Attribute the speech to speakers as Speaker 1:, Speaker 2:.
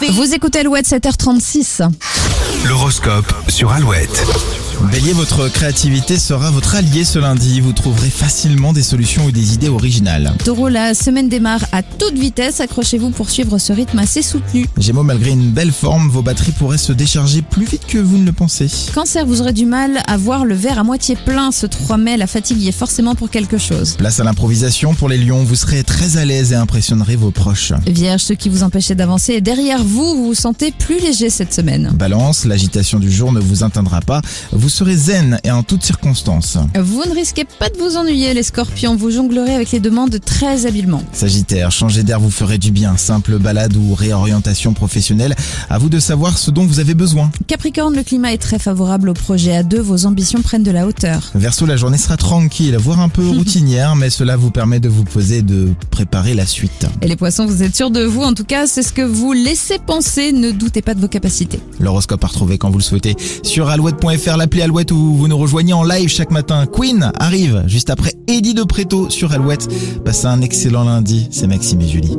Speaker 1: Alouette.
Speaker 2: Vous écoutez Alouette 7h36.
Speaker 3: L'horoscope sur Alouette.
Speaker 4: Bélier, votre créativité sera votre allié ce lundi. Vous trouverez facilement des solutions ou des idées originales.
Speaker 2: Taureau, la semaine démarre à toute vitesse. Accrochez-vous pour suivre ce rythme assez soutenu.
Speaker 4: Gémeaux, malgré une belle forme, vos batteries pourraient se décharger plus vite que vous ne le pensez.
Speaker 2: Cancer, vous aurez du mal à voir le verre à moitié plein. Ce 3 mai, la fatigue y est forcément pour quelque chose.
Speaker 4: Place à l'improvisation pour les lions, vous serez très à l'aise et impressionnerez vos proches.
Speaker 2: Vierge, ce qui vous empêchait d'avancer est derrière vous. Vous vous sentez plus léger cette semaine.
Speaker 4: Balance, l'agitation du jour ne vous atteindra pas. Vous serez zen et en toutes circonstances.
Speaker 2: Vous ne risquez pas de vous ennuyer, les scorpions. Vous jonglerez avec les demandes très habilement.
Speaker 4: Sagittaire, changer d'air vous ferait du bien. Simple balade ou réorientation professionnelle, à vous de savoir ce dont vous avez besoin.
Speaker 2: Capricorne, le climat est très favorable au projet à deux. Vos ambitions prennent de la hauteur.
Speaker 4: Verso, la journée sera tranquille, voire un peu routinière, mais cela vous permet de vous poser et de préparer la suite.
Speaker 2: Et les poissons, vous êtes sûrs de vous. En tout cas, c'est ce que vous laissez penser. Ne doutez pas de vos capacités.
Speaker 4: L'horoscope à retrouver quand vous le souhaitez sur alouette.fr, l'appli Alouette où vous nous rejoignez en live chaque matin. Queen arrive juste après Eddie de Préto sur Alouette. Passez un excellent lundi, c'est Maxime et Julie.